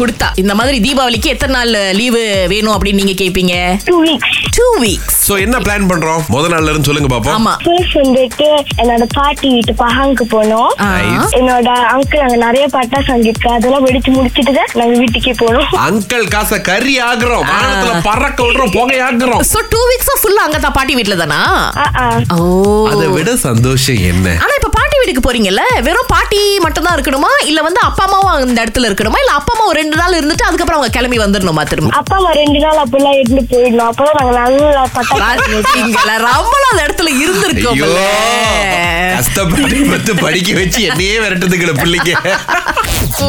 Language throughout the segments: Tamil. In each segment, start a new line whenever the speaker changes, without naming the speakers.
கொடுத்தா இந்த மாதிரி தீபாவளிக்கு எத்தனை நாள் லீவு வேணும் அப்படின்னு நீங்க கேப்பீங்க
two weeks
two weeks
so என்ன பிளான் பண்றோம் முத நாள்ல இருந்து சொல்லுங்க பாப்போம்
ஆமா
ஃபர்ஸ்ட் வந்துட்டு என்னோட பாட்டி வீட்டு பஹாங்க்கு போனோம்
ஆ.
Nice.
என்னோட அங்கிள் அங்க நிறைய பாட்டா சங்கிருக்கோம் அதெல்லாம் வெடிச்சு முடிச்சிட்டு தான் நாங்க வீட்டுக்கே போனோம்
அங்கிள் காசை கறி ஆகுறோம் வானத்துல பறக்க விடுறோம் புகையாக்குறோம்
சோ டூ வீக்ஸா ஃபுல்லா அங்க தான் பாட்டி வீட்ல தானா
ஆ, ஆ.
ஓ
அதை விட சந்தோஷம் என்ன
ஆனா இப்ப பாட்டி வீட்டுக்கு போறீங்கல்ல வெறும் பாட்டி மட்டும் தான் இருக்கணுமா இல்ல வந்து அப்பா அம்மாவும் அந்த இடத்துல இருக்கணுமா இல்ல அப்பா அம்மா ஒரு ரெண்டு நாள் இருந்துட்டு அதுக்கப்புறம் அவங்க கிளம்பி வந்துடணுமா திரும்ப
அப்பா அம்மா ரெண்டு நாள் அப்படிலாம் இருந்து போயிடணும் அப்பதான் நாங்க நல்லா பட்டாசு
பாத்தீங்களா? ரொம்பலாம் அந்த இடத்துல
ஐயோ
இருந்திருக்கோம்ல
கஷ்டப்பட்டு பத்து படிக்க வச்சு என்னையே விரட்டுதுக்கிற பிள்ளைங்க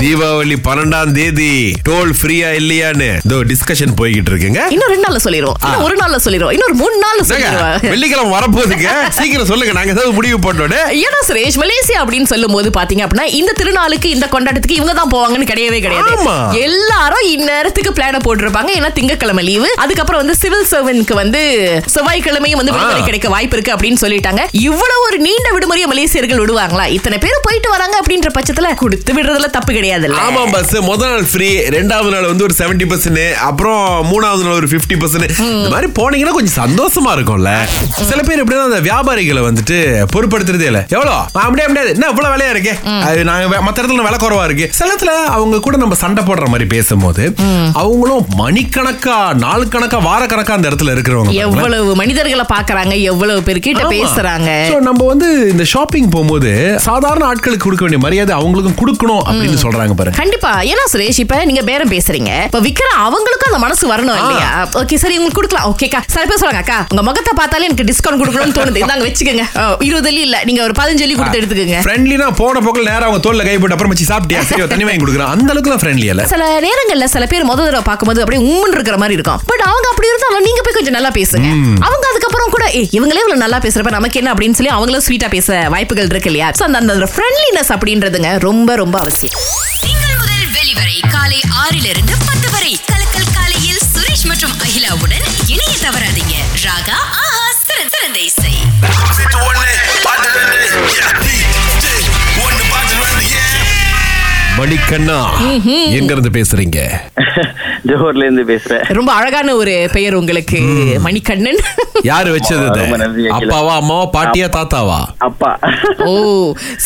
தீபாவளி பன்னெண்டாம் தேதி டோல் ஃப்ரீயா இல்லையான்னு இதோ டிஸ்கஷன் போய்கிட்டு இருக்குங்க
இன்னும் ரெண்டு நாள்ல சொல்லிடுவோம் இன்னும் ஒரு நாள்ல சொல்லிடுவோம் இன்னொரு மூணு நாள்ல
என்னங்க,
சொல்லிடுவோம்
வெள்ளிக்கிழமை வரப்போகுதுங்க சீக்கிரம் சொல்லுங்க நாங்க ஏதாவது முடிவு பண்ணோட
ஏன்னா சுரேஷ் மலேசியா அப்படின்னு சொல்லும்போது பாத்தீங்க அப்படின்னா இந்த திருநாளுக்கு இந்த கொண்டாட்டத்துக்கு இவங்க தான் போவாங்கன்னு கிடையவே கிடையாது
ஆமா.
எல்லாரும் இந்நேரத்துக்கு பிளான போட்டிருப்பாங்க ஏன்னா திங்கக்கிழமை லீவு அதுக்கப்புறம் வந்து சிவில் சர்வன்ட்க்கு வந்து செவ்வாய்க்கிழமையும் வந்து விடுமுறை
ஆ.
கிடைக்க வாய்ப்பு இருக்கு அப்படின்னு சொல்லிட்டாங்க இவ்வளவு ஒரு நீண்ட விடுமுறையை மலேசியர்கள் விடுவாங்களா இத்தனை பேர் போயிட்டு வராங்க அப்படின்ற பட்சத்துல கொடுத்து விடுறதுல தப்பு கிடையாதுல்ல
ஆமா பஸ் முத நாள் ஃப்ரீ ரெண்டாவது நாள் வந்து ஒரு செவன்டி பர்சன்ட் அப்புறம் மூணாவது நாள் ஒரு பிப்டி பர்சன்ட் இந்த மாதிரி போனீங்கன்னா கொஞ்சம் சந்தோஷமா இருக்கும்ல சில பேர் எப்படின்னா அந்த வியாபாரிகளை வந்துட்டு பொருட்படுத்துறதே இல்ல எவ்வளோ ஆ, அப்படியே அப்படியே என்ன இவ்வளவு விலையா இருக்கு அது நாங்க வே- மத்த இடத்துல விலை குறவா இருக்கு சில இடத்துல அவங்க கூட நம்ம சண்டை போடுற மாதிரி பேசும்போது அவங்களும் மணிக்கணக்கா நாள் கணக்கா வார கணக்கா அந்த இடத்துல இருக்கிறவங்க பாருங்களேன்.
எவ்வளவு மனிதர்களை பாக்குறாங்க எவ்வளவு பேர்கிட்ட
ஆமா.
பேசுறாங்க
So, நம்ம வந்து இந்த ஷாப்பிங் போகும்போது சாதாரண ஆட்களுக்கு கொடுக்க வேண்டிய மரியாதை அவங்களுக்கும் கொடுக்கணும் அப்படின்னு சொல்றாங்க பாருங்க
கண்டிப்பா ஏன்னா சுரேஷ் இப்ப நீங்க பேரம் பேசுறீங்க இப்ப விக்கிற அவங்களுக்கும் அந்த மனசு வரணும் இல்லையா ஓகே சரி உங்களுக்கு கொடுக்கலாம் ஓகேக்கா சில பேர் சொல்றாங்க அக்கா உங்க முகத்தை பார்த்தாலே எனக்கு டிஸ்கவுண்ட் கொடுக்கணும்னு தோணுது இந்தாங்க வச்சுக்கோங்க ஓ, இருபது வெள்ளி இல்ல நீங்க ஒரு பதினஞ்சு வெள்ளி கொடுத்து எடுத்துக்கோங்க
ஃப்ரெண்ட்லினா போன போக்கில் நேரா அவங்க தோல்ல கை போட்டு அப்புறம் வச்சு சாப்பிட்டியா சரி தண்ணி வாங்கி கொடுக்குறேன் அந்த அளவுக்குலாம் ஃப்ரெண்ட்லி இல்ல
சில நேரங்கள்ல சில பேர் முத தடவை பார்க்கும்போது அப்படியே உம்முன்னு இருக்கிற மாதிரி இருக்கும் பட் அவங்க அப்படி இருந்தாலும் நீங்க போய் கொஞ்சம் நல்லா பேசுங்க அவங்க அதுக்கப்புறம் கூட ஏய், இவங்களே இவ்வளவு நல்லா பேசுறப்ப நமக்கு என்ன அப்படின்னு சொல்லி அவங்களும் ஸ்வீட்டா பேச வாய்ப்புகள் இருக்கு இல்லையா So, அந்த அந்த ஃப்ரெண்ட்லினஸ் அப்படின்றதுங்க ரொம்ப ரொம்ப அவசியம்
திங்கள் முதல் வெளிவரை காலை ஆறிலிருந்து பத்து வரை கலக்கல் காலையில் சுரேஷ் மற்றும் அகிலாவுடன் இணைய தவறாதீங்க ராகா ஆஹா சிறந்த சிறந்த இசை
Sit one day, bottle in there. Yeah, DJ, one the bottle in the yeah.
மணிக்கண்ணா எங்க இருந்து பேசுறீங்க
ஜோஹர்ல இருந்து பேசுறேன்
ரொம்ப அழகான ஒரு பெயர் உங்களுக்கு மணிகண்ணன்
யாரு வச்சது இது?
ரொம்ப நன்றி, அகிலா.
அப்பாவா அம்மாவா பாட்டியா தாத்தாவா
அப்பா
ஓ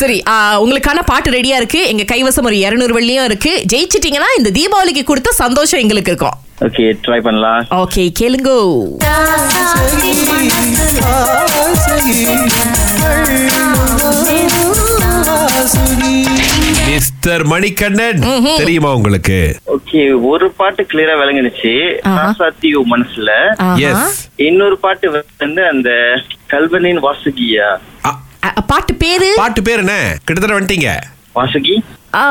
சரி ஆ, உங்களுக்கான பாட்டு ரெடியா இருக்கு எங்க கைவசம் ஒரு 200 வெள்ளியும் இருக்கு ஜெயிச்சிட்டீங்கன்னா இந்த தீபாவளிக்கு கொடுத்த சந்தோஷம் எங்களுக்கு இருக்கும்
ஓகே ட்ரை பண்ணலாம்
ஓகே கேளுங்கோ
மிஸ்டர் மணிக்கண்ணன் தெரியுமா உங்களுக்கு
ஓகே ஒரு பாட்டு கிளியரா விளங்குனுச்சு
ஆஹா.
சாத்தியோ மனசுல
ஆஹா.
எஸ்
இன்னொரு பாட்டு வந்து அந்த கல்வனின் வாசுகியா
அ, பாட்டு பேரு
பாட்டு பேர் என்ன கிட்டத்தட்ட வந்துட்டீங்க
வாசுகி
ஆ,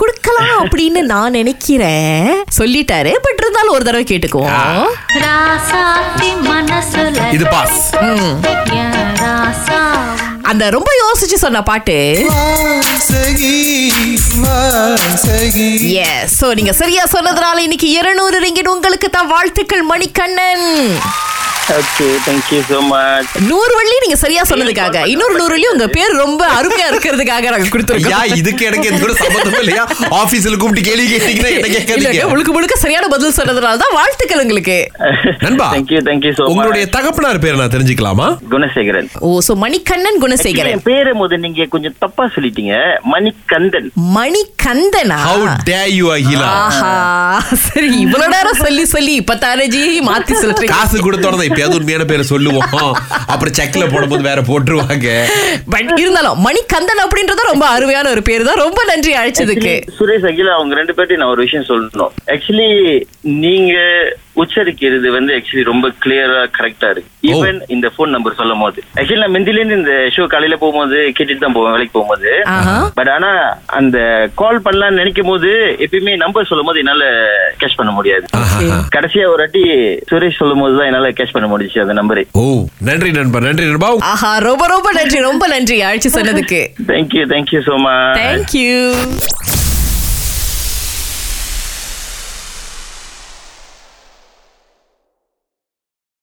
கொடுக்கலாம் அப்படின்னு நான் நினைக்கிறேன் சொல்லிட்டாரு பட் இருந்தாலும் ஒரு தடவை கேட்டுக்குவோம்
ராசாத்தி மனசுல
இது பாஸ்
ம்.
என் ராசா
அந்த ரொம்ப யோசிச்சு சொன்ன பாட்டு எஸ் சோ நீங்க சரியா சொன்னதுனால இன்னைக்கு 200 ரிங்கிட் உங்களுக்கு தான் வாழ்த்துக்கள் Manikannan
okay thank you so much
நூறு வள்ளி நீங்க சரியா சொன்னதுக்காக இன்னொரு நூறு வள்ளி உங்க பேர் ரொம்ப அருமையா இருக்கிறதுக்காக நாங்க
ஐயா
கொடுத்துருக்கோம்
இதுக்கு எனக்கு எது கூட சம்பந்தம் இல்லையா ஆபீஸ்ல கூப்பிட்டு கேள்வி கேட்டீங்கன்னா என்ன
இல்லங்க,
கேட்காதீங்க
முழுக்க முழுக்க சரியான பதில் சொன்னதுனால தான் வாழ்த்துக்கள் உங்களுக்கு
நண்பா
தேங்க்யூ தேங்க்யூ சோ
உங்களுடைய
மச்
தகப்பனார் பேர் நான் தெரிஞ்சுக்கலாமா
குணசேகரன்
ஓ சோ மணிகண்ணன் குணசேகரன்
என் பேரு முத நீங்க கொஞ்சம் தப்பா சொல்லிட்டீங்க மணிகந்தன்
மணிகந்தனா
ஹவு டே யூ அகிலா
ஆஹா சரி இவ்வளவு நேரம் சொல்லி சொல்லி இப்ப தானேஜி மாத்தி சொல்றீங்க
காசு கொடுத்தோட எப்பயாவது உண்மையான பேரை சொல்லுவோம் அப்புறம் செக்ல போடும்போது வேற போட்டுருவாங்க
பட் இருந்தாலும் மணிகந்தன் அப்படின்றது ரொம்ப அருமையான ஒரு பேர் தான் ரொம்ப நன்றி அழைச்சதுக்கு
Actually, சுரேஷ் அகிலா அவங்க ரெண்டு பேர்ட்டையும் நான் ஒரு விஷயம் சொல்லணும் ஆக்சுவலி நீங்க உச்சரிக்கிறது வந்து ஆக்சுவலி ரொம்ப கிளியரா கரெக்டா இருக்கு ஈவன் இந்த ஃபோன் நம்பர் சொல்லும் போது ஆக்சுவலி நான் மிந்தில இருந்து இந்த ஷோ காலையில போகும்போது கேட்டுட்டு தான் போவேன் வேலைக்கு போகும்போது
ஆஹா.
பட் ஆனா அந்த கால் பண்ணலாம்னு நினைக்கும் போது எப்பயுமே நம்பர் சொல்லும் போது என்னால கேஷ் பண்ண முடியாது கடைசியா ஒரு வாட்டி சுரேஷ் சொல்லும் போது தான் என்னால கேஷ் பண்ண முடிஞ்சுச்சு அந்த நம்பரே
ஓ நன்றி நண்பா நன்றி நண்பா
ஆஹா ரொம்ப ரொம்ப நன்றி ரொம்ப நன்றி அழைச்சு சொன்னதுக்கு
thank you thank you so much
thank you